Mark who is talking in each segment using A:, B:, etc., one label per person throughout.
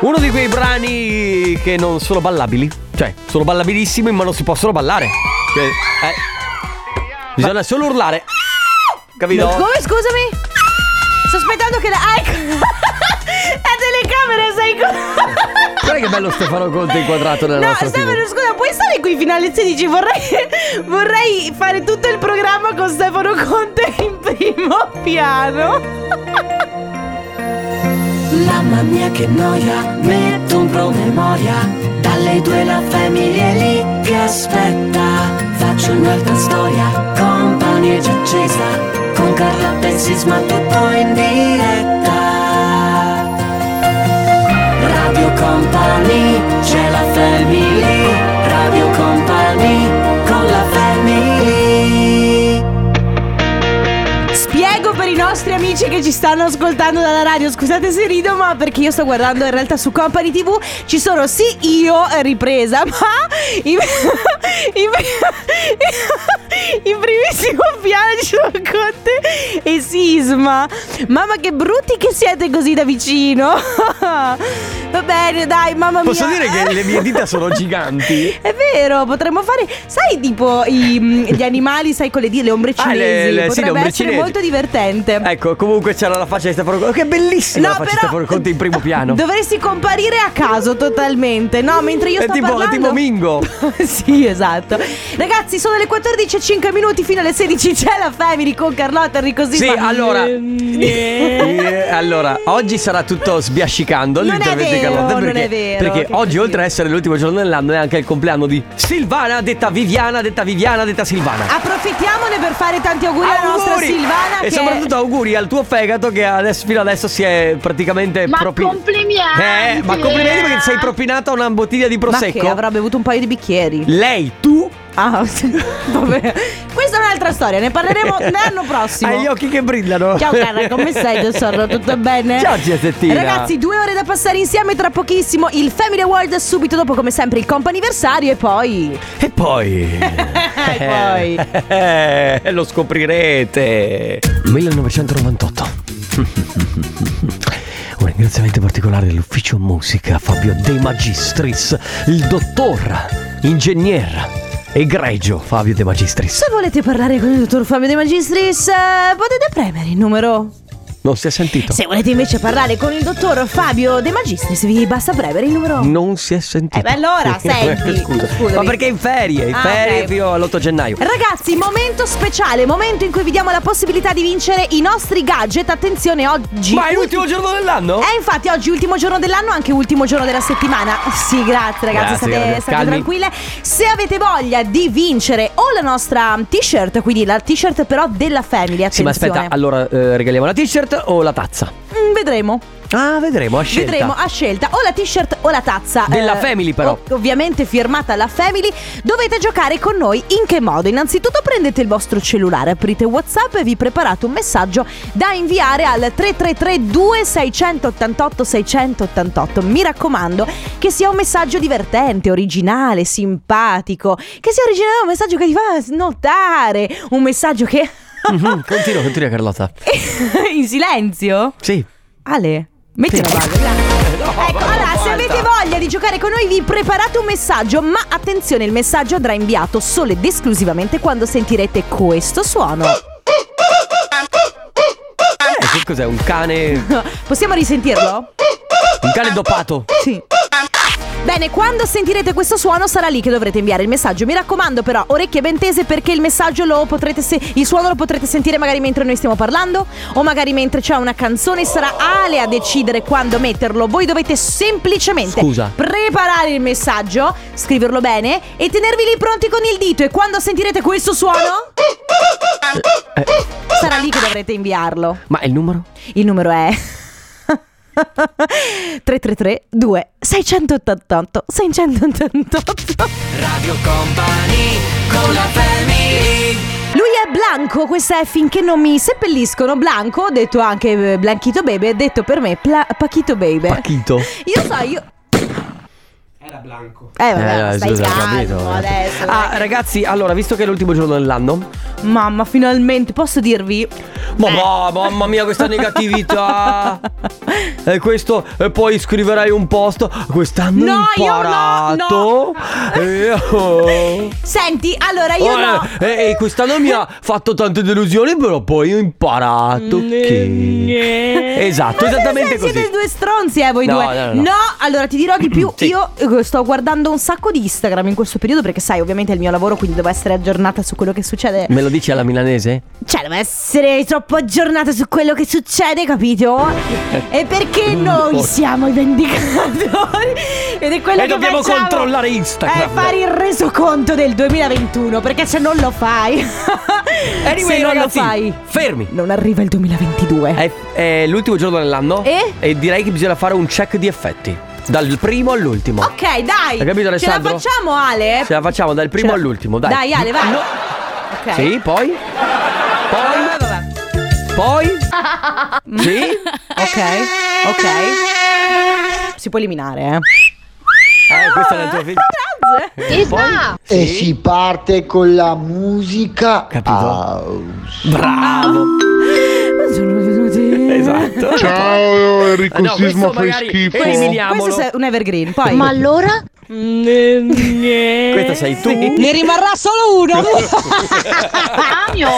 A: Uno
B: Uno di quei brani che non sono ballabili. Cioè, sono ballabilissimi, ma non si possono ballare. Cioè, eh, bisogna solo urlare. Capito?
C: Ma Come scusami? Sto aspettando che la. Ah, ecco. La telecamera sei con.
B: Guarda che bello Stefano Conte inquadrato nella
C: No,
B: nostra
C: Stefano,
B: TV.
C: scusa, puoi stare qui fino alle 16? Vorrei, vorrei fare tutto il programma con Stefano Conte in primo piano.
D: Mamma mia che noia, metto un promemoria Dalle due la famiglia è lì che aspetta Faccio un'altra storia, compagnie già accesa Con Carla Pensis ma tutto in diretta Radio Company, c'è la family Radio Company, con la family
C: Spiego per i nostri amici che ci stanno ascoltando dalla radio. Scusate se rido, ma perché io sto guardando in realtà su Company TV ci sono sì io eh, ripresa, ma in, in, in primissimo piano ci sono Conte e Sisma. Mamma che brutti che siete così da vicino. Va bene, dai, mamma
B: Posso
C: mia.
B: dire che le mie dita sono giganti?
C: È vero, potremmo fare, sai, tipo i- gli animali, sai, con le dita, le ombre
B: Ah,
C: cinesi.
B: le- le- sì, le
C: Potrebbe
B: ombre
C: essere
B: cinesi.
C: molto divertente.
B: Ecco, comunque c'era la faccia di Stefano Conte. Che bellissima la faccia di Stefano Conte in primo piano.
C: Dovresti comparire a caso totalmente. No, mentre io
B: È
C: sto
B: tipo- è
C: parlando.
B: tipo Mingo.
C: sì, esatto. Ragazzi, sono le 14:05 minuti fino alle 16 c'è la Family con Carlotta Enrico Sisma.
B: Sì, allora. Eh,
C: Eh,
B: allora, oggi sarà tutto sbiascicando
C: Non è
B: l'intervento di
C: vero,
B: Carlotta.
C: non
B: Perché,
C: è vero,
B: perché
C: che
B: oggi,
C: cattivo.
B: oltre ad essere l'ultimo giorno dell'anno, è anche il compleanno di Silvana, detta Viviana, detta Viviana, detta Silvana.
C: Approfittiamone per fare tanti auguri, alla nostra
B: Auguri!
C: Silvana.
B: E
C: che
B: soprattutto auguri al tuo fegato che adesso- fino adesso si è praticamente
E: Ma
B: proprio.
E: complimenti!
B: Eh, ma complimenti perché ti sei propinata una bottiglia di
C: Ma
B: prosecco.
C: che avrà bevuto un paio di bicchieri.
B: Lei, tu.
C: Ah, sì. vabbè. Questa è un'altra storia, ne parleremo l'anno prossimo.
B: Hai gli occhi che brillano.
C: Ciao cara, come stai tesoro? Tutto bene?
B: Ciao, zia Tettina.
C: Ragazzi, due ore da passare insieme tra pochissimo il Family Award subito dopo come sempre il comp'anniversario e poi...
B: E poi.
C: E poi...
B: Eh, lo scoprirete. 1998. Un ringraziamento particolare dell'ufficio musica a Fabio De Magistris, il dottor, ingegner, egregio Fabio De Magistris.
C: Se volete parlare con il dottor Fabio De Magistris eh, potete premere il numero.
B: Non si è sentito?
C: Se volete invece parlare con il dottor Fabio De Magistris vi basta premere il numero.
B: Non si è sentito. Eh,
C: Eh, beh, allora, senti,
B: Scusa.
C: scusami.
B: Ma perché è in ferie? In
C: Ah,
B: ferie
C: ok.
B: fino all'8 gennaio.
C: Ragazzi, momento speciale, momento in cui vi diamo la possibilità di vincere i nostri gadget. Attenzione oggi.
B: Ma è
C: ulti-
B: l'ultimo giorno dell'anno?
C: Eh, infatti, oggi ultimo giorno dell'anno, anche ultimo giorno della settimana. Sì, grazie, ragazzi,
B: Grazie,
C: state,
B: grazie.
C: state
B: Calmi.
C: tranquille. Se avete voglia di vincere o la nostra t-shirt, quindi la t-shirt però della family, attenzione.
B: Sì, ma aspetta, allora eh, regaliamo la t-shirt o la tazza?
C: Mm, vedremo.
B: Ah, vedremo, a scelta.
C: Vedremo a scelta o la t-shirt o la tazza.
B: Della Family, però.
C: ov- ovviamente firmata la Family. Dovete giocare con noi in che modo? Innanzitutto prendete il vostro cellulare, aprite WhatsApp e vi preparate un messaggio da inviare al 333 2688 688. Mi raccomando che sia un messaggio divertente, originale, simpatico, che sia originale un messaggio che ti fa notare, un messaggio che...
B: Mhm, Continua, continua Carlotta.
C: in silenzio?
B: Sì.
C: Ale, metti la base. grazie. ecco, allora, se avete voglia di giocare con noi, vi preparate un messaggio. Ma attenzione, il messaggio andrà inviato solo ed esclusivamente quando sentirete questo suono.
B: Eh, che cos'è? Un cane.
C: Possiamo risentirlo?
B: Un cane doppato.
C: Sì. Bene, quando sentirete questo suono sarà lì che dovrete inviare il messaggio. Mi raccomando però, orecchie ben tese perché il messaggio lo potrete se- il suono lo potrete sentire magari mentre noi stiamo parlando o magari mentre c'è una canzone sarà Ale a decidere quando metterlo. Voi dovete semplicemente
B: Scusa.
C: preparare il messaggio, scriverlo bene e tenervi lì pronti con il dito e quando sentirete questo suono sarà lì che dovrete inviarlo.
B: Ma il numero?
C: Il numero è 333 2 688 688
B: Radio Company con la
C: Lui è Blanco, questa è finché non mi seppelliscono Blanco, detto anche eh, Blanchito Baby, detto per me Pla- Pachito Baby.
B: Pachito.
C: Io so, io
A: Era Blanco.
C: Eh, vabbè,
B: Eh,
C: stai
B: scusa, ho
C: calmo
B: capito.
C: adesso.
B: Ah,
C: dai.
B: ragazzi, allora, visto che è l'ultimo giorno dell'anno,
C: Mamma, finalmente posso dirvi? Eh.
B: ma va, mamma mia, questa negatività! E questo, e poi scriverai un post. Quest'anno
C: No,
B: ho
C: io no,
B: imparato.
C: no.
B: E oh.
C: Senti, allora io
B: Oh,
C: no.
B: eh, eh, quest'anno mi ha fatto tante delusioni, però poi ho imparato che. Esatto,
C: Eh, Ma
B: esattamente
C: siete-
B: così.
C: Siete due stronzi, eh, voi
B: No,
C: due.
B: no, no, no.
C: allora ti dirò di più.
B: Sì.
C: Io eh, sto guardando un sacco di Instagram in questo periodo perché, sai, ovviamente è il mio lavoro, quindi devo essere aggiornata su quello che succede.
B: Me lo dici alla milanese?
C: Cioè, devo essere troppo aggiornata su quello che succede, capito? E perché noi siamo i vendicatori? Ed è quello
B: E
C: che
B: dobbiamo
C: facciamo.
B: controllare Instagram.
C: È fare il resoconto del 2021, perché se non lo fai.
B: Anyway,
C: se non
B: ragazzi,
C: lo fai,
B: fermi.
C: Non arriva il 2022.
B: È, è l'ultimo giorno dell'anno.
C: E?
B: direi che bisogna fare un check di effetti. Dal primo all'ultimo.
C: Ok,
B: Hai
C: dai.
B: capito,
C: Ce la
B: Alessandro?
C: facciamo, Ale.
B: Ce la facciamo dal primo
C: Ce la-
B: all'ultimo, dai.
C: Dai, Ale, vai.
B: No.
C: Ok.
B: Sì, poi?
C: Vabbè,
B: Poi?
C: vabbè.
B: Poi? Sì?
C: Ok, ok. Si può eliminare, eh.
B: Eh, questa è la tua figlia.
C: Grazie.
E: E si parte con la musica.
B: Capito?
E: house.
B: Bravo.
C: Buongiorno, benvenuti.
B: Esatto.
F: Ciao Enrico
B: No, questo
F: Sisma, fai
B: magari
F: schifo.
B: eliminiamolo.
C: Questo è un evergreen, poi.
G: allora?
B: Questa sei tu.
C: Ne rimarrà solo uno.
G: Amio,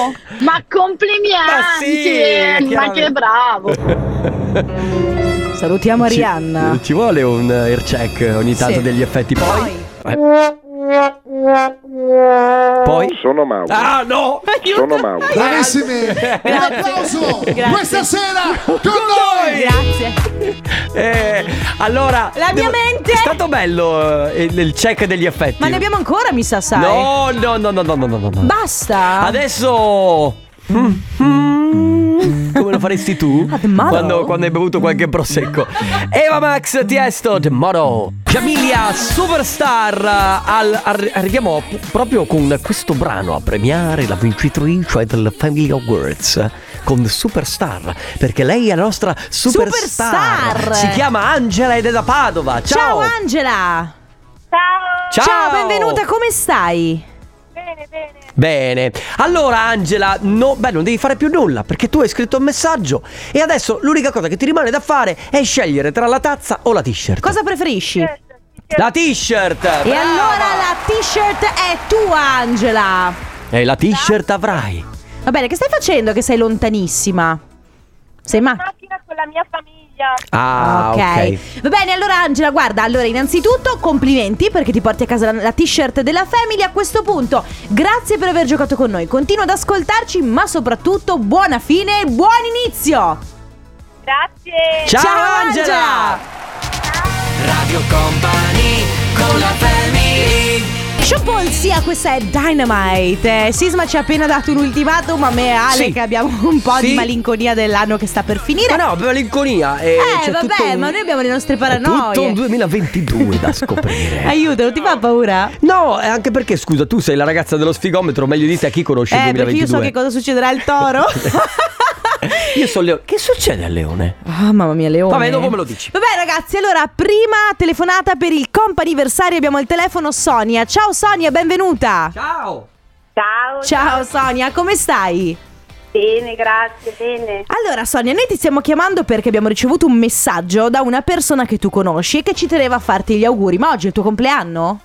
G: ma
B: Ma Ah, sì,
G: complimenti! ma
B: chiaro.
G: che bravo!
C: Salutiamo Arianna.
B: Ci, ci vuole un air check ogni tanto
C: Sì.
B: degli effetti. Poi? Eh.
C: Poi.
B: Poi?
H: Sono Mauro.
B: Ah, no!
H: Sono Mauro.
F: Bravissimi! Un applauso! Questa sera con noi!
C: Grazie.
B: Eh, allora,
C: La mia mente-
B: È stato bello eh, il, il check degli effetti.
C: Ma ne abbiamo ancora, mi sa, sai.
B: No, no, no, no, no, no, no, no. no.
C: Basta.
B: Adesso.
C: Mm-hmm.
B: Come lo faresti tu?
C: tomorrow.
B: Quando, quando hai bevuto qualche prosecco. Eva Max Tiesto, Tomorrow. Camilia, superstar. al- arri- arriviamo p- proprio con questo brano a premiare la vincitrice del Family Awards. Con Superstar, perché lei è la nostra superstar.
C: Superstar.
B: Si chiama Angela ed è da Padova. Ciao!
C: Ciao Angela.
B: Ciao,
C: benvenuta, come stai?
B: Bene, allora Angela, no, beh, non devi fare più nulla perché tu hai scritto un messaggio e adesso l'unica cosa che ti rimane da fare è scegliere tra la tazza o la t-shirt.
C: Cosa preferisci?
B: La t-shirt!
C: E allora la t-shirt è tua, Angela.
B: E Eh, la t-shirt avrai.
C: Va bene, che stai facendo che sei lontanissima? Sei in macchina?
B: Ah, ok.
C: Va bene, allora Angela, guarda, allora innanzitutto complimenti perché ti porti a casa la, la t-shirt della Family. A questo punto, grazie per aver giocato con noi. Continua ad ascoltarci, ma soprattutto buona fine e buon inizio.
B: Ciao,
C: Ciao, Angela!
B: Radio Company con la
C: Sean sia questa è Dynamite. Eh, Sisma ci ha appena dato un ultimatum, a me e Ale
B: Sì.
C: che abbiamo un po'
B: Sì.
C: di malinconia dell'anno che sta per finire.
B: Ma no, malinconia. Eh,
C: Eh,
B: c'è
C: vabbè,
B: tutto un-
C: ma noi abbiamo le nostre paranoie.
B: Tutto un 2022 da scoprire.
C: Aiuto, non ti fa paura?
B: No, eh, anche perché, scusa, tu sei la ragazza dello sfigometro, meglio di te, chi conosce il
C: eh, perché
B: 2022?
C: io so che cosa succederà al toro.
B: Io sono Leone. Che succede a Leone?
C: Ah, mamma mia, Leone.
B: Vabbè, dopo me lo dici.
C: Vabbè, ragazzi, allora, prima telefonata per il comp'anniversario. Abbiamo al telefono Sonia. Ciao Sonia, benvenuta.
B: Ciao!
I: Ciao,
C: Ciao Sonia, come stai?
I: bene, grazie, bene.
C: Allora Sonia, noi ti stiamo chiamando perché abbiamo ricevuto un messaggio da una persona che tu conosci e che ci teneva a farti gli auguri. Ma oggi è il tuo compleanno?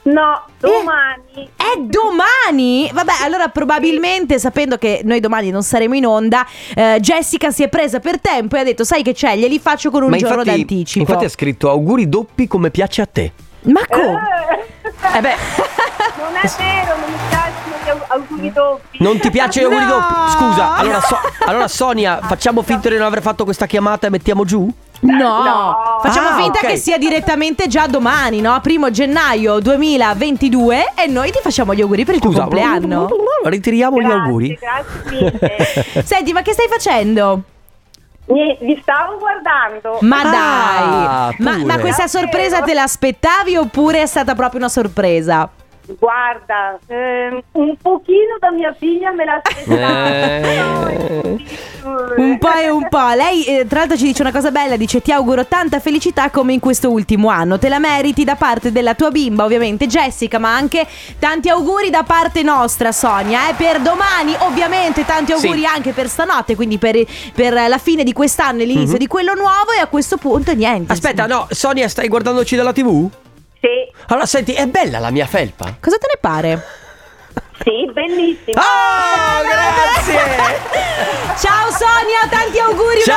I: No, domani.
D: Eh,
C: È domani? Vabbè, allora probabilmente sapendo che noi domani non saremo in onda, eh, Jessica si è presa per tempo e ha detto, sai che c'è, glieli faccio con un
B: Ma
C: giorno
B: infatti,
C: d'anticipo.
B: infatti ha scritto auguri doppi come piace a te.
C: Ma come?
B: Eh beh,
I: non è vero, non mi piacciono gli au- auguri doppi.
B: non ti piace auguri
C: No!
B: doppi? Scusa, allora, so- allora Sonia, facciamo finta di non aver fatto questa chiamata e mettiamo giù?
C: No,
I: No.
C: facciamo
B: Ah,
C: finta
B: ok.
C: che sia direttamente già domani, no? Primo gennaio 2022 e noi ti facciamo gli auguri per il
B: Scusa,
C: tuo compleanno.
B: Ritiriamo
I: Grazie,
B: gli auguri.
I: Grazie mille.
C: Senti, ma che stai facendo?
I: Mi- Vi stavo guardando.
C: Ma
B: Ah,
C: dai, ma,
B: pure.
C: ma questa sorpresa te l'aspettavi oppure è stata proprio una sorpresa?
I: Guarda, ehm, un pochino da mia figlia me
B: Eh.
C: Un
I: l'aspettavo.
C: po' e un po'. Lei, eh, tra l'altro, ci dice una cosa bella: dice ti auguro tanta felicità come in questo ultimo anno. Te la meriti da parte della tua bimba, ovviamente, Jessica, ma anche tanti auguri da parte nostra, Sonia. Eh, per domani, ovviamente, tanti auguri
B: Sì.
C: anche per stanotte, quindi per, per la fine di quest'anno e l'inizio di quello nuovo. E a questo punto, niente.
B: Mhm. Aspetta,
C: insomma.
B: no, Sonia, stai guardandoci dalla TV?
I: Sì,
B: Allora, senti, è bella la mia felpa?
C: Cosa te ne pare?
I: sì, bellissimo. Ah,
B: Oh, grazie!
C: Ciao, Sonia, tanti auguri, un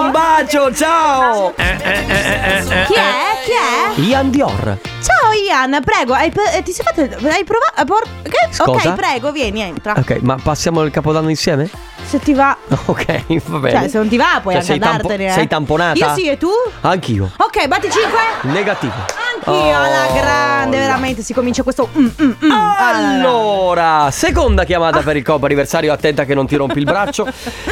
C: abbraccio.
B: Un Eh, bacio, ciao!
C: Chi è? Chi è?
B: Ian Dior.
C: Ciao Ian, prego, hai, pe- eh, ti sei fatto. Hai provato. a por- che-
B: Scusa?
C: ok, prego, vieni, entra.
B: Ok, ma passiamo il capodanno insieme?
C: Se ti va.
B: Ok, va bene.
C: Cioè, se non ti va, puoi
B: Cioè,
C: anche
B: sei tampo-
C: andartene. eh.
B: sei tamponata?
C: Io sì, e tu?
B: Anch'io.
C: Ok, batti 5.
B: Negativo.
C: Anch'io
B: Oh,
C: alla grande,
B: la-
C: veramente. Si comincia questo. mm, mm, mm. Allora.
B: Allora, seconda chiamata per il copo anniversario, attenta che non ti rompi il braccio,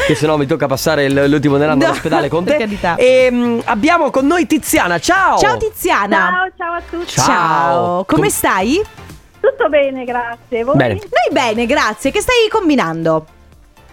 B: che sennò mi tocca passare il- l'ultimo dell'anno
C: No,
B: all'ospedale con
C: per
B: te.
C: carità.
B: E mm, abbiamo con noi Tiziana, ciao!
C: Ciao Tiziana.
I: Ciao, ciao a tutti.
B: Ciao. Eh.
C: Come
B: Com-
C: stai?
I: Tutto bene, grazie. Voi?
B: Bene.
C: Noi bene, grazie. Che stai combinando?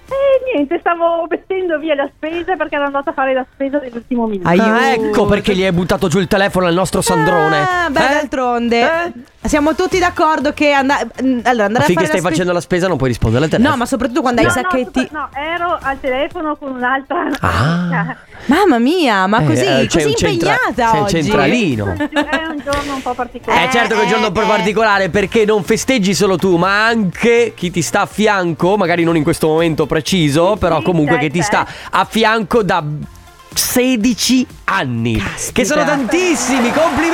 I: Eh, niente, stavo mettendo via la spesa perché ero andata a fare la spesa dell'ultimo minuto.
C: Aiuto.
B: Ah, ecco perché gli hai buttato giù il telefono al nostro Sandrone.
C: Ah, beh,
B: Eh?
C: d'altronde. Siamo tutti d'accordo che andare. Allora, andare a fare
B: Finché stai
C: la spe-
B: facendo la spesa non puoi rispondere al telefono.
C: No, ma soprattutto quando hai
I: No,
C: i sacchetti.
I: No, super- no, ero al telefono con un'altra
B: Ah.
C: Mamma mia, ma
B: Eh,
C: così,
B: eh, c'è
C: così
B: un centra-
C: impegnata
B: c'è un
C: oggi.
B: centralino.
I: Cioè, È un giorno un po' particolare.
B: Eh, certo che è un giorno
C: eh,
B: un po'
C: eh.
B: particolare perché non festeggi solo tu, ma anche chi ti sta a fianco, magari non in questo momento preciso, però
I: sì,
B: comunque che
I: certo,
B: ti sta a fianco da 16 anni. Che sono tantissimi, complimenti!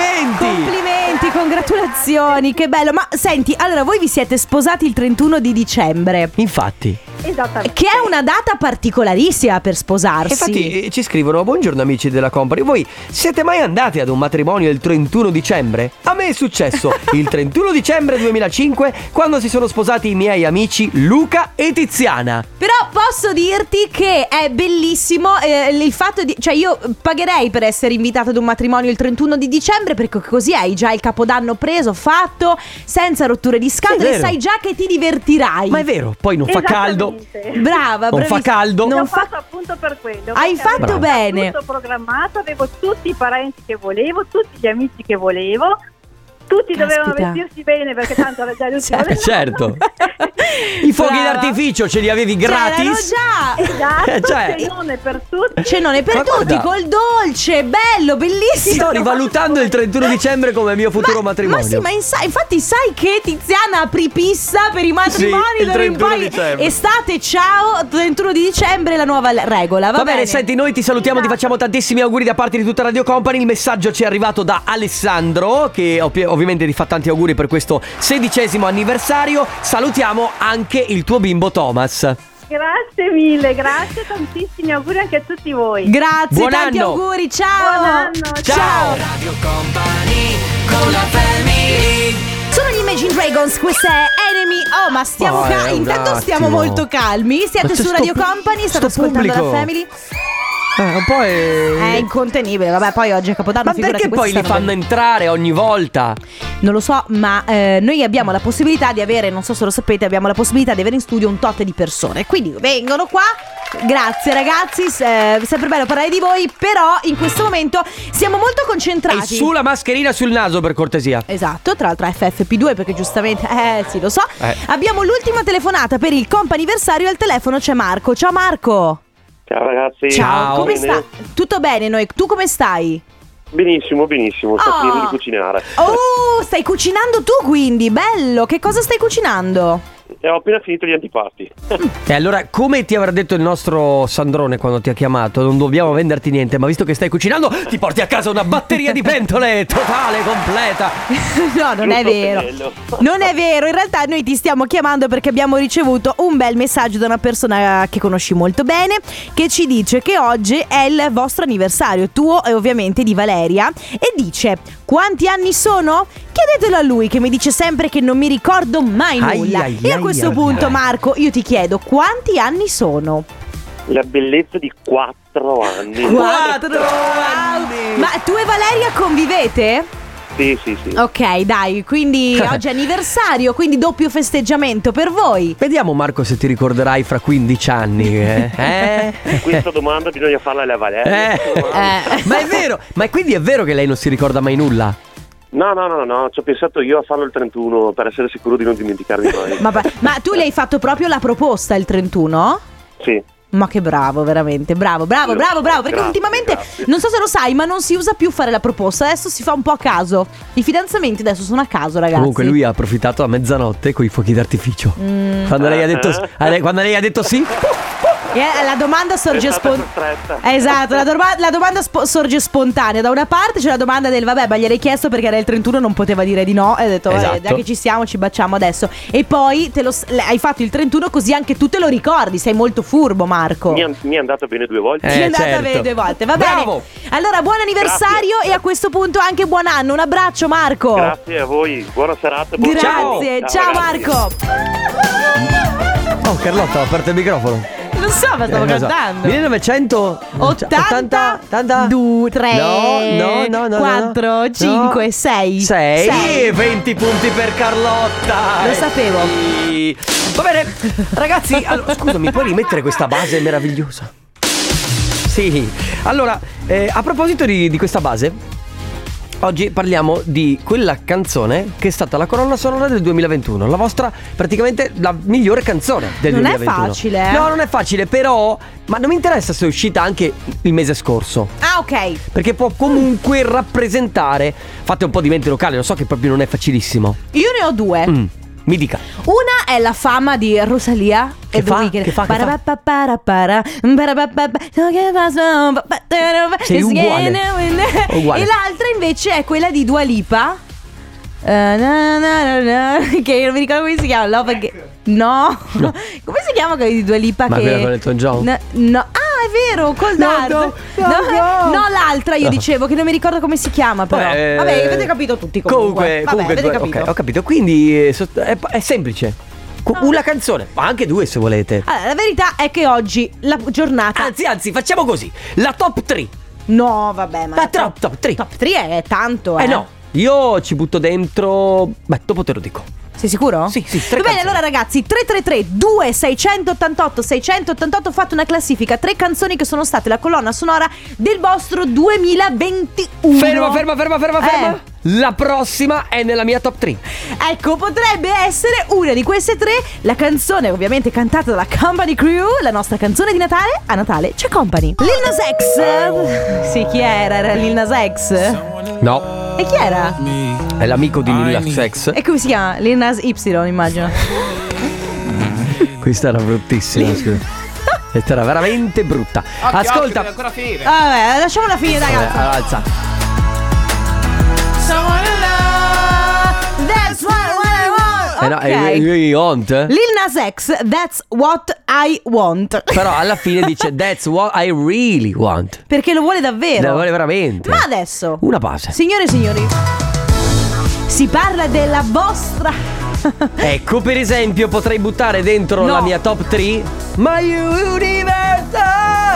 C: Complimenti, congratulazioni, che bello. Ma senti, allora voi vi siete sposati il 31 di dicembre,
B: Infatti,
I: Eh, Esattamente.
C: che è una data particolarissima per sposarsi.
B: infatti eh, ci scrivono Buongiorno amici della Company, voi siete mai andati ad un matrimonio il 31 dicembre? A me è successo il 31 dicembre 2005 quando si sono sposati i miei amici Luca e Tiziana.
C: Però posso dirti che è bellissimo eh, il fatto di... Cioè io pagherei per essere invitato ad un matrimonio il 31 di dicembre perché così hai già il capodanno preso, fatto, senza rotture di scatole,
B: vero.
C: sai già che ti divertirai.
B: Ma è vero, poi non fa caldo.
I: Esattamente.
C: Brava,
B: Non fa
C: bravissima.
B: caldo.
C: Non
I: L'ho
C: fa
I: fatto appunto per quello.
C: Hai
I: perché
C: fatto
I: avevo
C: bene.
I: Tutto programmato, avevo tutti i parenti che volevo, tutti gli amici che volevo. Tutti dovevano
C: Caspita.
I: vestirsi bene perché tanto era già l'ultimo.
B: Eh,
I: del
B: certo.
I: mondo.
B: I fuochi
C: Brava.
B: d'artificio ce li avevi
C: C'erano
B: gratis.
C: già.
B: Eh,
I: Esatto,
B: cioè-
I: cenone per tutti.
C: Cenone per
B: Ma
C: tutti
B: guarda.
C: col dolce, bello,
B: Ti
C: bellissimo.
B: Sto rivalutando il 31 dicembre come mio futuro matrimonio.
C: Ma sì, ma insa- infatti sai che Tiziana apri pista per i matrimoni
B: Sì, il
C: d'ora in
B: 31
C: poi.
B: dicembre.
C: Estate, ciao, 31 di dicembre la nuova le- regola, va, Esatto.
B: Va bene, senti, noi ti salutiamo, ti facciamo tantissimi auguri da parte di tutta Radio Company. Il messaggio ci è arrivato da Alessandro, che ovvi- ovviamente ti fa tanti auguri per questo sedicesimo anniversario. Salutiamo anche il tuo bimbo Thomas.
I: Grazie mille, grazie tantissimi auguri anche a tutti voi.
C: Grazie,
B: Buon
C: tanti
B: anno.
C: auguri, ciao.
I: Buon anno,
B: Ciao!
C: Sono gli Imagine Dragons, questa è Enemy. Oh, ma stiamo
B: Ma
C: ca-
B: è un
C: Intanto stiamo
B: attimo.
C: molto calmi.
B: Ma
C: Siete
B: c'è
C: su
B: sto
C: Radio
B: pu-
C: Company, state
B: sto
C: ascoltando
B: pubblico.
C: la Family.
B: Eh, un po' è-
C: È incontenibile, vabbè, poi oggi è Capodanno,
B: Ma
C: figurati,
B: perché poi
C: questi
B: li
C: stanno
B: fanno entrare ogni volta?
C: Non lo so, ma eh, noi abbiamo la possibilità di avere, non so se lo sapete, abbiamo la possibilità di avere in studio un tot di persone. Quindi vengono qua. Grazie ragazzi, s- eh, sempre bello parlare di voi, però in questo momento siamo molto
B: E
C: concentrati.
B: sulla mascherina sul naso, per cortesia.
C: Esatto, tra l'altro FFP2 perché giustamente eh sì, lo so.
B: Eh.
C: Abbiamo l'ultima telefonata per il comp'anniversario al telefono c'è Marco. Ciao Marco.
A: Ciao ragazzi.
B: Ciao.
C: Come
A: Bene?
C: sta? Tutto bene noi? Tu come stai?
A: Benissimo, benissimo. Sto
C: Oh.
A: finendo di cucinare.
C: Oh, stai cucinando tu quindi, bello. Che cosa stai cucinando?
A: E ho appena finito gli antipasti.
B: E allora, come ti avrà detto il nostro Sandrone quando ti ha chiamato, non dobbiamo venderti niente, ma visto che stai cucinando, ti porti a casa una batteria di pentole totale, completa.
C: No, non è
A: Giusto
C: vero.
A: bello.
C: Non è vero, in realtà noi ti stiamo chiamando perché abbiamo ricevuto un bel messaggio da una persona che conosci molto bene che ci dice che oggi è il vostro anniversario, tuo e ovviamente di Valeria, e dice quanti anni sono? Chiedetelo a lui che mi dice sempre che non mi ricordo mai
B: Ai,
C: nulla.
B: ai,
C: e a
B: ai,
C: questo
B: ai,
C: punto
B: ai.
C: Marco io ti chiedo quanti anni sono?
A: La bellezza di quattro anni.
B: Quattro
C: Wow.
B: anni!
C: Ma tu e Valeria convivete?
A: Sì, sì, sì.
C: Ok, dai, quindi oggi è anniversario, quindi doppio festeggiamento per voi.
B: Vediamo Marco se ti ricorderai fra 15 anni. Eh? Eh?
A: Questa domanda bisogna farla alla Valeria.
B: Eh.
C: Eh.
B: Ma è vero, ma quindi è vero che lei non si ricorda mai nulla?
A: No, no, no, no, ci ho pensato io a farlo il 31 per essere sicuro di non dimenticarmi mai.
C: Ma, ma tu le hai fatto proprio la proposta il 31?
A: Sì.
C: Ma che bravo, veramente, bravo, bravo,
A: Io-
C: bravo, bravo, perché
A: grazie,
C: ultimamente,
A: grazie.
C: non so se lo sai, ma non si usa più fare la proposta, adesso si fa un po' a caso. I fidanzamenti adesso sono a caso, ragazzi.
B: Comunque lui ha approfittato a mezzanotte con i fuochi d'artificio.
C: Mm.
B: Quando, lei ha detto, a lei- quando lei ha detto sì,
C: Eh, la domanda sorge
A: È stata
C: spontanea.
A: costretta.
C: Esatto, la, dorma- la domanda spo- sorge spontanea. Da una parte c'è la domanda del vabbè, ma gliel'hai chiesto perché era il 31, non poteva dire di no. E ho detto,
B: Esatto.
C: "Eh, dai che ci siamo, ci baciamo adesso. E poi te lo s- le- hai fatto il 31 così anche tu te lo ricordi. Sei molto furbo, Marco.
A: Mi, è- mi è andata bene due volte.
B: Eh,
C: Ci è andata
B: certo.
C: bene due volte, va
B: Bravo.
C: bene. Allora, buon anniversario e a questo punto anche buon anno. Un abbraccio, Marco.
A: Grazie a voi, buona serata. buon
C: Grazie,
A: lavoro.
C: ciao,
A: ragazzi.
C: Marco.
B: Oh, Carlotta, ho aperto il microfono.
C: Non so, ma stavo
B: Eh, cosa?
C: cantando.
B: 1900
C: 80,
B: 80
C: 2, 3,
B: no, no, no, no,
C: 4,
B: no.
C: 5, 6,
B: 6.
C: 6.
B: 20 punti per Carlotta.
C: Lo sapevo.
B: Sì. Va bene, ragazzi, allora, scusami, puoi rimettere questa base meravigliosa? Sì. Allora, eh, a proposito di, di questa base, oggi parliamo di quella canzone che è stata la colonna sonora del 2021, la vostra praticamente la migliore canzone del
C: Non è
B: 2021.
C: facile, eh.
B: No, non è facile, però ma non mi interessa se è uscita anche il mese scorso
C: Ah, ok.
B: perché può comunque rappresentare. Fate un po' di mente locale, lo so che proprio non è facilissimo.
C: Io ne ho due.
B: Mm, mi dica.
C: Una è la fama di Rosalia
B: Che
C: e The
B: fa?
C: Weeknd.
B: Che fa? Che fa?
C: Parapaparapara, barabapapa, so che fa, so, pa- pa- pa- pa-
B: Sei uguale. Uguale.
C: E l'altra invece è quella di Dua Lipa. Eh, na, na, na, na, che non mi ricordo come si chiama. Love Aga- No, come si chiama quella di Dua Lipa?
B: Ma
C: che...
B: quella con Elton John?
C: No, no. Ah, è vero, col
B: No,
C: dard.
B: no, no, no.
C: no, l'altra io dicevo che non mi ricordo come si chiama. Però
B: Vabbè,
C: vabbè,
B: eh,
C: avete capito tutti comunque. Vabbè,
B: comunque,
C: avete
B: due-
C: capito.
B: ok, ho capito. Quindi eh, so- è, è semplice. Co- Una canzone, ma anche due se volete.
C: Allora, la verità è che oggi la giornata.
B: Anzi, anzi, facciamo così. La top 3.
C: No, vabbè, ma.
B: La top, top 3.
C: Top 3 è tanto, eh.
B: Eh no, io ci butto dentro... Beh, dopo te lo dico.
C: Sei sicuro?
B: Oh, Sì, sì,
C: Va
B: tre
C: bene,
B: canzoni.
C: allora ragazzi, 333 2688 688 fate una classifica, tre canzoni che sono state la colonna sonora del vostro 2021.
B: Ferma, ferma, ferma, ferma,
C: Eh.
B: ferma. La prossima è nella mia top 3.
C: Ecco, potrebbe essere una di queste tre, la canzone ovviamente cantata dalla Company Crew, la nostra canzone di Natale, a Natale c'è Company. Lil Nas X. Sì, chi era? Era Lil Nas X. E
B: No,
C: chi era?
B: è l'amico di Lilla Sex.
C: E come si chiama? Lil Nas Y, immagino.
B: Questa era bruttissima. scusa. Questa era veramente brutta. Ascolta.
C: Vabbè, lasciamola finire,
B: Eh,
C: ragazzi.
B: alza.
C: That's what, I want.
B: Eh no, eh, eh, eh, Ont.
C: Lil Nas X, that's what I want.
B: Però alla fine dice That's what I really want.
C: Perché lo vuole davvero.
B: La vuole Uh. veramente.
C: Ma adesso,
B: Una base.
C: signore e signori, si parla della vostra.
B: Ecco, per esempio, potrei buttare dentro
C: No.
B: la mia top 3. My universe.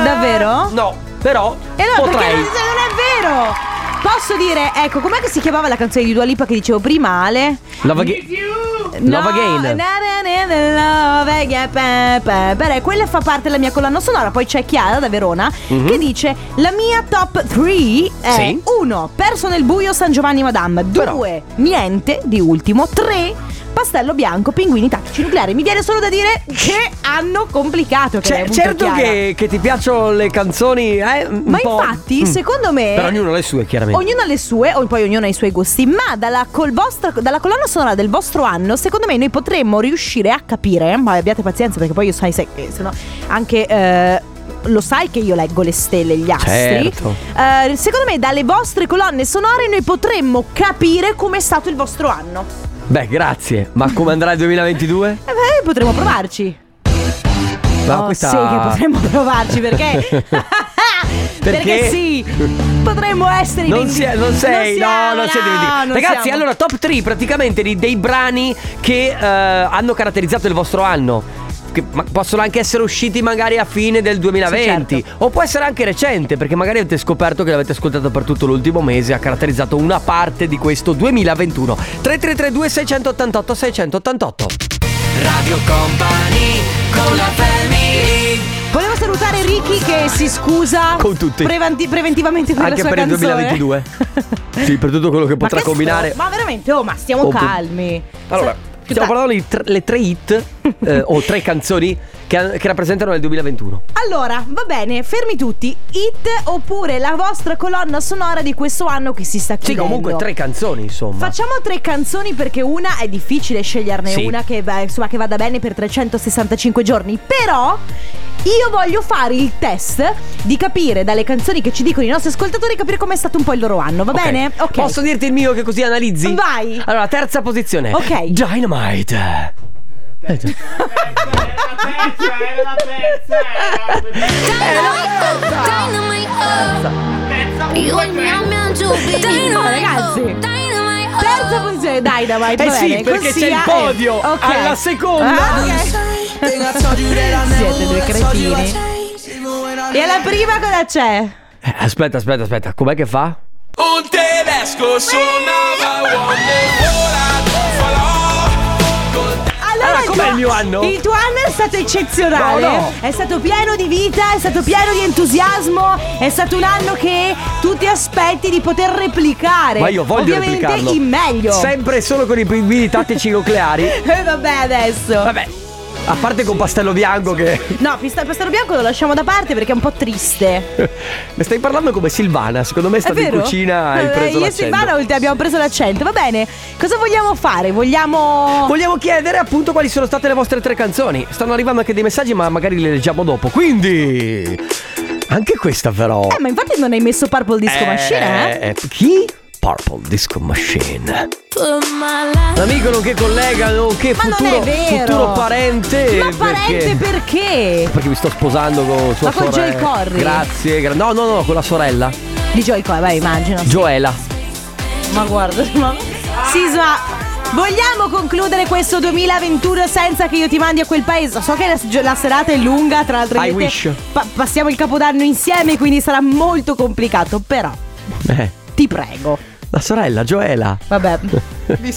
C: Davvero?
B: No, però
C: E allora, perché
B: potrei.
C: non, se non è vero? Posso dire, ecco, com'è che si chiamava la canzone di Dua Lipa che dicevo prima, Ale?
B: Love aga- Love Again.
C: na, na, na, na, love again, pa, pa, pa. Beh, quella fa parte della mia colonna sonora. Poi c'è Chiara da Verona che dice: La mia top 3
B: Mhm.
C: è
B: Sì.
C: 1. Perso nel buio San Giovanni Madame. 2. Niente di ultimo. 3. Pastello bianco, pinguini tattici nucleari. Mi viene solo da dire che hanno complicato. Che
B: Cioè,
C: l'hai avuto,
B: certo
C: Chiara.
B: che, che ti piacciono le canzoni, eh? un
C: Ma
B: po'.
C: infatti,
B: Mm.
C: secondo me.
B: Però ognuno le sue, chiaramente.
C: Ognuno ha le sue, o poi ognuno ha i suoi gusti, ma dalla, col vostra- dalla colonna sonora del vostro anno, secondo me noi potremmo riuscire a capire, ma abbiate pazienza perché poi io sai se, eh, se no, anche... eh, lo sai che io leggo le stelle e gli astri.
B: Certo.
C: Eh, secondo me, dalle vostre colonne sonore noi potremmo capire com'è stato il vostro anno.
B: Beh, grazie. Ma come andrà il 2022?
C: E beh, potremmo provarci.
B: Ma
C: Oh,
B: questa-
C: Sì, che potremmo provarci perché.
B: Perché?
C: sì, potremmo essere
B: Non,
C: individui-
B: si è- non sei,
C: siamo,
B: no, non siete dimenticato.
C: non
B: Ragazzi,
C: siamo.
B: allora, top 3 praticamente di- dei brani che eh, hanno caratterizzato il vostro anno. Che che ma- possono anche essere usciti magari a fine del 2020
C: certo.
B: o può essere anche recente perché magari avete scoperto che l'avete ascoltato per tutto l'ultimo mese e ha caratterizzato una parte di questo 2021 3332 688 688 Radio Company con la
C: Volevo salutare Ricky che si scusa
B: Con tutti.
C: prevanti- preventivamente per
B: anche
C: la sua
B: per il
C: canzone.
B: 2022 sì per tutto quello che
C: Ma
B: potrà
C: che
B: combinare
C: sto- Ma veramente, oh, ma stiamo
B: Oh,
C: calmi.
B: Allora,
C: Sa-
B: stiamo parlando di tre- le tre hit eh, o tre canzoni che, che rappresentano il 2021.
C: Allora, va bene, fermi tutti. Hit oppure la vostra colonna sonora di questo anno che si sta
B: Sì,
C: chiudendo.
B: comunque tre canzoni, insomma.
C: Facciamo tre canzoni perché una è difficile sceglierne
B: Sì.
C: una che, beh, insomma, che vada bene per 365 giorni. Però io voglio fare il test di capire dalle canzoni che ci dicono i nostri ascoltatori, capire com'è stato un po' il loro anno, va
B: Ok.
C: bene? Ok.
B: Posso dirti il mio che così analizzi?
C: Vai.
B: Allora, terza posizione.
C: Ok.
B: Dynamite. Eh, già.
C: No, ragazzi. Terza posizione, dai, dai,
B: Eh sì, perché c'è il podio alla seconda.
C: Ah, Siete due cretini. E alla prima cosa c'è?
B: Eh, Aspetta, aspetta, aspetta. Com'è che fa? Allora, com'è
C: tuo-
B: il mio anno?
C: Il tuo anno è stato eccezionale.
B: No, no.
C: È stato pieno di vita, è stato pieno di entusiasmo. È stato un anno che tu ti aspetti di poter replicare.
B: Ma io voglio
C: Ovviamente
B: replicarlo.
C: in meglio.
B: Sempre e solo con i pinguini tattici nucleari.
C: E vabbè adesso.
B: Vabbè. A parte con Pastello Bianco che
C: No, pista- pastore bianco lo lasciamo da parte perché è un po' triste.
B: Ne stai parlando come Silvana, secondo me
C: È
B: sta in
C: vero?
B: cucina e hai
C: Eh,
B: preso
C: Io e
B: l'accento.
C: Silvana ulti- abbiamo preso l'accento. Va bene. Cosa vogliamo fare? Vogliamo.
B: Vogliamo chiedere appunto quali sono state le vostre tre canzoni. Stanno arrivando anche dei messaggi, ma magari li leggiamo dopo. Quindi anche questa però.
C: Eh, ma infatti non hai messo Purple Disco Machine, eh?
B: Eh, eh, Chi? Purple Disco Machine. L'amico nonché collega, nonché
C: Ma
B: futuro,
C: non è vero.
B: futuro parente.
C: Ma parente perché?
B: Perché mi sto sposando con sua
C: Ma con Ah,
B: sorella.
C: Joy Corry?
B: Grazie, gra- no, no, no, con la sorella.
C: Di Joy Coy, vai, immagino.
B: Joela.
C: Ma guarda, ma... Sisma, vogliamo concludere questo 2021 senza che io ti mandi a quel paese? So che la, la serata è lunga, tra l'altro
B: I
C: io e te
B: wish.
C: pa- passiamo il capodanno insieme, quindi sarà molto complicato, però
B: Eh,
C: ti prego.
B: la sorella, Joela.
C: Vabbè,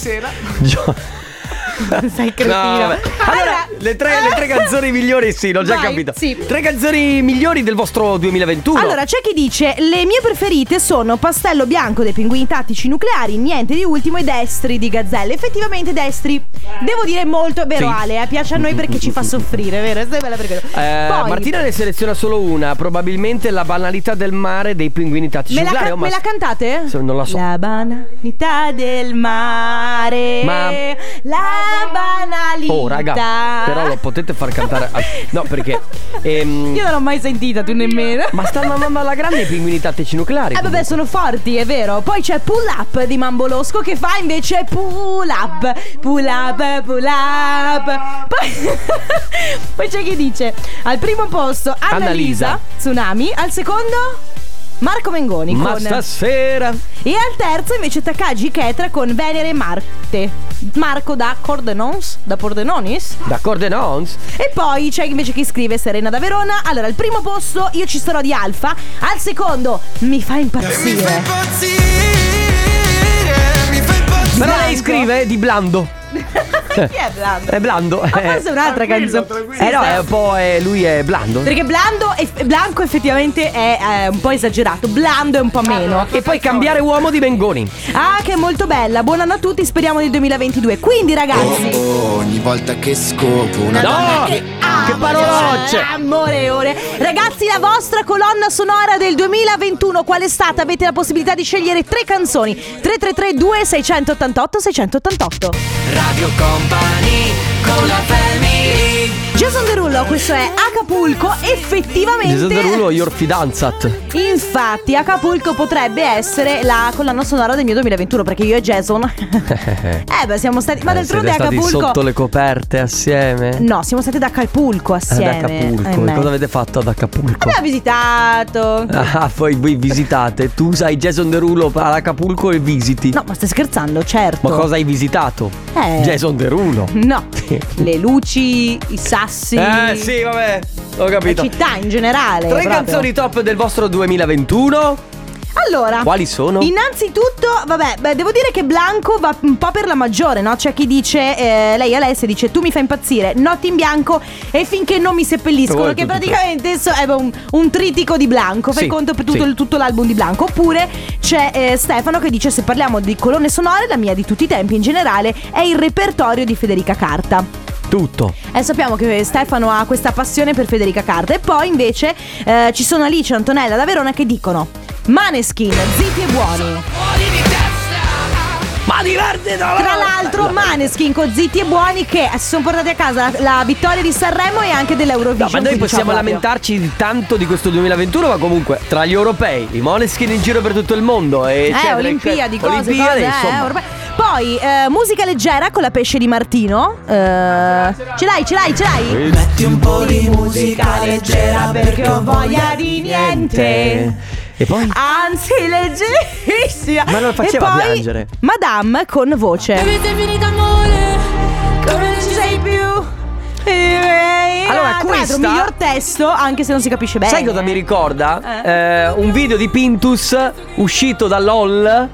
B: Gio-
C: sei cretino.
B: No, vabbè. allora, le tre, le tre canzoni migliori, sì, l'ho già
C: Vai,
B: capito.
C: sì.
B: Tre canzoni migliori del vostro 2021.
C: Allora, c'è chi dice: Le mie preferite sono Pastello Bianco dei Pinguini Tattici Nucleari, Niente di Ultimo e Destri di Gazzelle. Effettivamente, Destri, devo dire molto è vero,
B: Sì.
C: Ale. eh, piace a noi perché ci fa soffrire, vero? Stai bella per quello.
B: Eh,
C: Poi,
B: Martina ne seleziona solo una, probabilmente la banalità del mare dei pinguini tattici.
C: me la,
B: nucleari,
C: can-
B: oh, ma-
C: me la cantate?
B: Se non la so.
C: La banalità del mare.
B: Ma-
C: La banalità.
B: Oh, raga, però lo potete far cantare. a- No, perché. ehm,
C: Io non l'ho mai sentita, tu nemmeno.
B: Ma stanno andando alla grande i pinguini tattici nucleari.
C: Eh vabbè sono forti è vero Poi c'è Pull Up di Mambolosco Che fa invece Pull Up Pull Up Pull Up Poi, poi c'è chi dice Al primo posto Annalisa
B: Annalisa.
C: Tsunami Al secondo Marco Mengoni
B: Ma
C: con-
B: stasera.
C: E al terzo invece Takagi Ketra con Venere e Marte Marco da Cordenons Da Pordenonis
B: D'accordo, Nons?
C: e poi c'è invece chi scrive Serena da Verona. Allora, al primo posto io ci sarò di Alfa. Al secondo mi fa impazzire.
B: Però lei
C: Blando.
B: scrive eh, di blando.
C: Chi è Blando?
B: È blando.
C: Ma
B: eh.
C: forse è un'altra canzone.
B: Eh no, è un po'. eh, lui è blando.
C: Perché Blando e Blanco effettivamente è eh, un po' esagerato. Blando è un po' meno.
B: E poi cambiare uomo di Bengoni.
C: Ah, che è molto bella. Buon anno a tutti, speriamo nel 2022. Quindi, ragazzi.
H: Ogni volta che scopo una
B: No! Che parolacce!
C: Amore, ore. Ragazzi, la vostra colonna sonora del 2021 qual è stata? Avete la possibilità di scegliere tre canzoni. 333 2688 688.
B: Radio Company con la
C: Jason Derulo, questo è Acapulco, effettivamente
B: Derulo, your fidanzat.
C: Infatti, Acapulco potrebbe essere la colonna sonora del mio 2021 perché io e Jason. eh, beh, siamo stati. Ma
B: Eh,
C: d'altronde
B: siete stati
C: Acapulco.
B: sotto le coperte assieme?
C: No, siamo stati ad Acapulco
B: Ad
C: assieme. eh,
B: Acapulco.
C: Ahimè.
B: E cosa avete fatto ad Acapulco?
C: Abbiamo visitato.
B: Ah, poi voi visitate. Tu sai Jason Derulo ad Acapulco e visiti.
C: No, ma stai scherzando, certo.
B: Ma cosa hai visitato?
C: Eh.
B: Jason Derulo.
C: No, le luci, i classi.
B: Eh sì, vabbè, ho
C: Le
B: capito.
C: città in generale.
B: Tre
C: proprio.
B: canzoni top del vostro 2021.
C: Allora,
B: Quali sono?
C: innanzitutto, vabbè, beh, devo dire che Blanco va un po' per la maggiore, no? C'è chi dice, eh, lei Alessia dice tu mi fai impazzire, notti in bianco e finché non mi
B: Vuoi
C: seppelliscono, che
B: tutto.
C: praticamente so- è un, un tritico di Blanco, fai
B: Sì,
C: conto per tutto,
B: sì.
C: il- tutto l'album di Blanco. Oppure c'è eh, Stefano che dice se parliamo di colonne sonore, la mia di tutti i tempi in generale è il repertorio di Federica Carta.
B: Tutto.
C: Eh, sappiamo che Stefano ha questa passione per Federica Carta. E poi invece eh, ci sono Alice e Antonella da Verona che dicono: Maneskin, zitti e buoni.
B: Ma diverte da
C: Tra l'altro, Maneskin con zitti e buoni che si sono portati a casa la, la vittoria di Sanremo e anche dell'Eurovision.
B: No, ma noi
C: quindi diciamo ciao
B: possiamo
C: proprio.
B: lamentarci di tanto di questo 2021, ma comunque tra gli europei, i Moneskin in giro per tutto il mondo e
C: Eh,
B: eccetera,
C: Olimpiadi,
B: eccetera.
C: cose,
B: Olimpiadi,
C: cose, eh,
B: insomma.
C: ormai- Poi, eh, musica leggera con la pesce di Martino. Eh, ce l'hai, ce l'hai, ce l'hai?
B: Metti un po' di
C: musica leggera perché ho voglia di niente. Eh.
B: E poi?
C: Anzi, leggerissima.
B: Ma non faceva
C: e poi,
B: piangere.
C: Madame con voce. come ci sei più? Allora, Tra l'altro,
B: questa-
C: miglior testo, anche se non si capisce bene.
B: Sai cosa mi ricorda?
C: Eh.
B: Eh, un video di Pintus uscito da LOL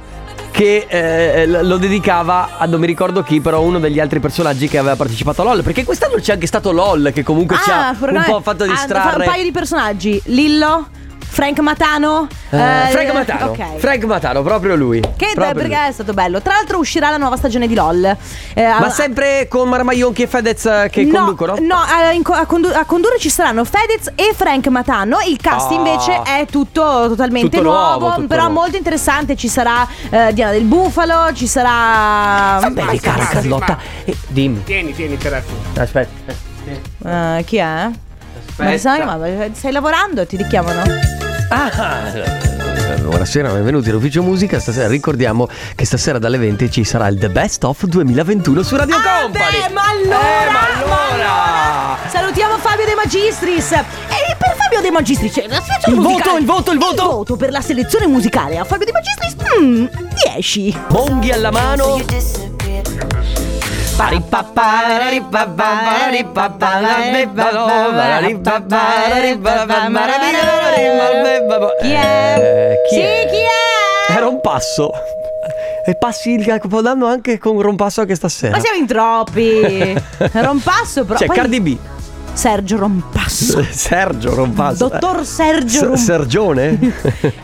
B: che eh, l- lo dedicava a non mi ricordo chi, però uno degli altri personaggi che aveva partecipato a LOL. Perché quest'anno c'è anche stato LOL che comunque ci ha
C: Ah,
B: un
C: programma-
B: po' fatto
C: ah,
B: distrarre.
C: fa Un paio di personaggi. Lillo, Frank Matano.
B: Eh,
C: eh,
B: Frank Matano,
C: ok.
B: Frank Matano, proprio lui.
C: Che
B: Proprio
C: perché
B: lui.
C: è stato bello. Tra l'altro uscirà la nuova stagione di LOL. Eh,
B: Ma
C: allora-
B: sempre con Marmaionchi e Fedez eh, che
C: no,
B: conducono?
C: No, a, in co- a condu- a condurre ci saranno Fedez e Frank Matano. Il cast
B: Ah.
C: invece è tutto totalmente
B: Tutto nuovo, tutto
C: però
B: nuovo.
C: molto interessante. Ci sarà eh, Diana del Bufalo, ci sarà.
B: Vabbè, cara Carlotta. eh, dimmi.
J: Tieni, tieni, telefono.
B: Aspetta.
C: Eh, chi è? Ma sai, ma stai lavorando? Ti richiamano?
B: Buonasera, benvenuti all'Ufficio Musica. Stasera ricordiamo che stasera dalle 20 ci sarà il The Best of 2021 su Radio
C: Ah,
B: Company.
C: beh, ma allora,
B: Eh, ma
C: ma
B: allora!
C: allora. Salutiamo Fabio De Magistris. E per Fabio De Magistris c'è la selezione
B: Il voto,
C: musicale.
B: il voto, il voto.
C: per la selezione musicale a Fabio De Magistris mm, 10.
B: Bonghi alla mano.
C: Chi è?
B: Eh, chi
C: sì,
B: è?
C: chi è?
B: Era un passo. E passi il capodanno anche con un rompasso anche stasera.
C: Ma siamo in troppi. Rompasso, però.
B: C'è
C: poi-
B: Cioè, Cardi B,
C: Sergio Rompasso.
B: Sergio Rompasso.
C: Dottor Sergio
B: S-
C: Rompasso.
B: Sergione?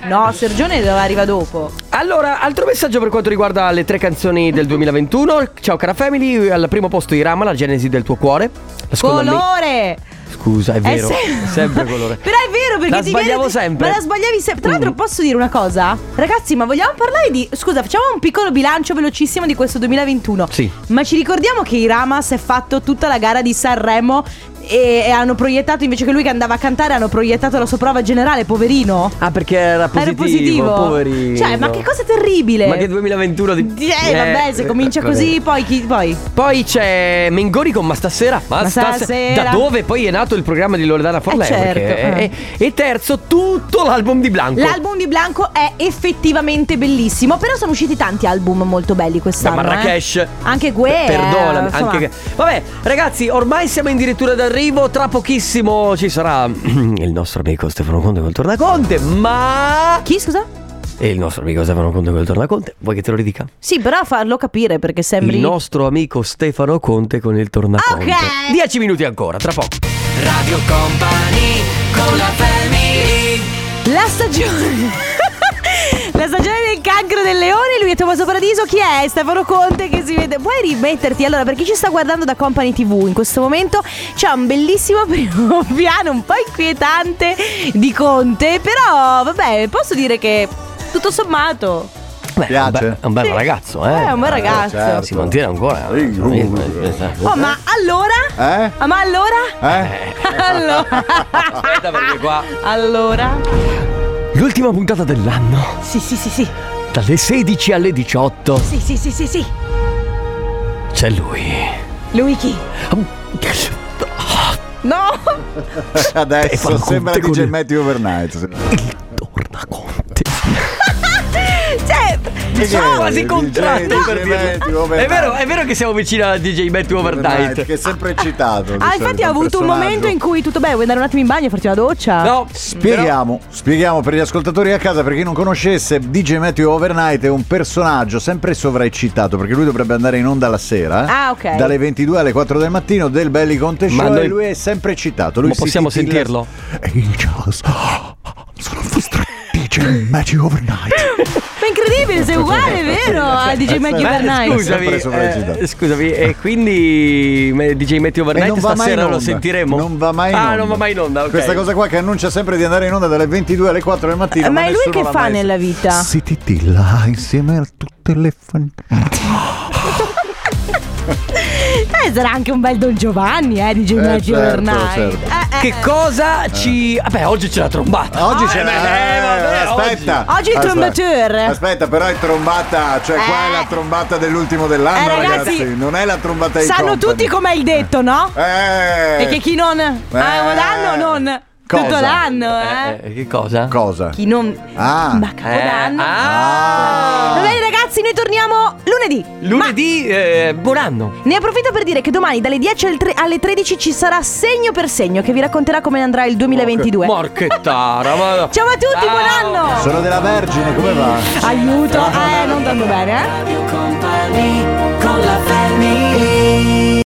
C: No, Sergione dove arriva dopo.
B: Allora, altro messaggio per quanto riguarda le tre canzoni del 2021. Ciao cara family, al primo posto Irama, la genesi del tuo cuore. La seconda me-
C: Colore. Eh,
B: Scusa, è vero.
C: se-
B: Sempre colore.
C: Però è vero perché
B: La
C: ti
B: sbagliavo
C: viene-
B: sempre.
C: Ma la sbagliavi sempre. Tra l'altro,
B: Mm.
C: posso dire una cosa? Ragazzi, ma vogliamo parlare di. Scusa, facciamo un piccolo bilancio velocissimo di questo 2021.
B: Sì.
C: Ma ci ricordiamo che Irama si è fatto tutta la gara di Sanremo e, e hanno proiettato invece che lui che andava a cantare, hanno proiettato la sua prova generale, poverino.
B: Ah, perché era
C: Era
B: positivo,
C: positivo.
B: poverino.
C: Cioè, ma che cosa terribile.
B: Ma che 2021 di... Eh, ecco,
C: Eh, vabbè, se comincia così, poi chi. Poi.
B: Poi c'è Mengoni con Ma stasera. Ma,
C: Ma
B: stasera.
C: stasera.
B: Da dove poi è nato il programma di Loredana Forleo.
C: certo,
B: perché-
C: eh.
B: e, e terzo, tutto l'album di Blanco.
C: L'album di Blanco è effettivamente bellissimo. Però sono usciti tanti album molto belli
B: da
C: quest'anno.
B: Marrakesh.
C: eh. Anche Gue.
B: P- Perdonami.
C: eh, insomma.
B: anche che- Vabbè, ragazzi, ormai siamo addirittura d'arrivo. Tra pochissimo ci sarà il nostro amico Stefano Conte col Tornaconte. Ma.
C: Chi, scusa?
B: E il nostro amico Stefano Conte col Tornaconte. Vuoi che te lo ridica?
C: Sì, però farlo capire perché sembri.
B: Il nostro amico Stefano Conte con il Tornaconte.
C: Ok.
B: 10 minuti ancora, tra poco. Radio Company con la
C: La stagione. La stagione del cancro del leone, lui è Tommaso Paradiso, chi è? Stefano Conte che si vede. Puoi rimetterti? Allora, per chi ci sta guardando da Company TV in questo momento c'è un bellissimo primo piano un po' inquietante di Conte, però vabbè, posso dire che tutto sommato
B: È un bel, è un bel ragazzo, eh.
C: è un bel ragazzo.
J: certo.
B: Si mantiene ancora. eh, Aspetta
C: Oh, ma allora?
F: Eh?
C: Ah, ma allora?
F: Eh?
C: Allora.
B: perché qua.
C: Allora.
B: L'ultima puntata dell'anno,
C: Sì, sì, sì, sì.
B: dalle 16 alle 18,
C: Sì, sì, sì, sì, sì.
B: c'è lui.
C: Lui chi? No!
B: Stefano
K: Adesso
B: Conte
K: sembra
B: con
K: DJ
B: il-
K: Matthew Overnight.
B: Il Tornaconte.
C: Cioè,
B: Ci siamo quasi contratti per dirlo. È vero, è vero che siamo vicini a DJ Matthew Overnight.
J: Che è sempre citato. di
C: Ah,
J: solito,
C: infatti ha
J: un
C: avuto un
J: personaggio.
C: momento in cui tutto bene, vuoi andare un attimo in bagno e farti una doccia?
J: Ah,
B: No,
J: Spieghiamo, spieghiamo per gli ascoltatori a casa, per chi non conoscesse, DJ Matthew Overnight è un personaggio sempre sovraeccitato, perché lui dovrebbe andare in onda la sera, eh,
C: Ah, ok.
J: dalle 22 alle 4 del mattino del Belly Conte
B: Ma
J: Show,
B: noi-
J: e lui è sempre eccitato. Lui
B: Ma
J: si
B: possiamo
J: titilla-
B: sentirlo?
J: E il jazz. Sono il vostro DJ Matthew Overnight.
C: Ma è incredibile, sei uguale, è vero? A DJ Maggie
J: Ma
C: Overnight.
J: Eh, scusa,
B: Eh, Scusami,
J: Sempre sovraeccitato.
B: eh, scusami, e quindi me- DJ Matthew
J: E
B: Overnight
J: non va mai in
B: stasera lo
J: onda.
B: sentiremo?
J: Non va mai in
B: Ah,
J: onda.
B: non va mai in onda, ok.
J: Questa cosa qua che annuncia sempre di andare in onda dalle 22 alle 4 del mattino.
C: Ma è lui
J: nessuno
C: che
J: l'ha
C: fa
J: mai-
C: nella vita?
J: Si titilla insieme a tutte le fan.
C: Eh, sarà anche un bel Don Giovanni, eh, DJ Maggie
J: certo,
C: Overnight.
J: certo.
C: Eh, eh,
B: Che cosa ci... Vabbè, oggi c'è la trombata.
J: Ah, Oggi c'è
B: Eh,
J: la
B: beh, eh, vabbè,
J: aspetta.
C: oggi. Oggi il
J: Aspetta.
C: trombatore.
J: Aspetta, però è trombata, cioè qua è la trombata dell'ultimo dell'anno,
C: Eh,
J: ragazzi.
C: ragazzi,
J: Non è la trombata di
C: Sanno
J: Company.
C: tutti com'è il detto, no?
J: Eh.
C: E che chi non ha un anno non tutto
J: Cosa?
C: l'anno, eh?
B: Eh, eh, che cosa?
J: cosa?
C: Chi non
J: Ah.
C: ma
B: Eh,
C: capodanno.
B: ah.
C: Va bene ragazzi, noi torniamo lunedì.
B: Lunedì, eh, buon anno.
C: Ne approfitto per dire che domani dalle 10 al tre- alle 13 ci sarà segno per segno che vi racconterà come andrà il 2022.
B: Morchettara, ma...
C: Ciao a tutti, buon anno!
J: Sono della Vergine, come va?
C: Aiuto, eh, non tanto bene, eh?
D: Radio Company con la family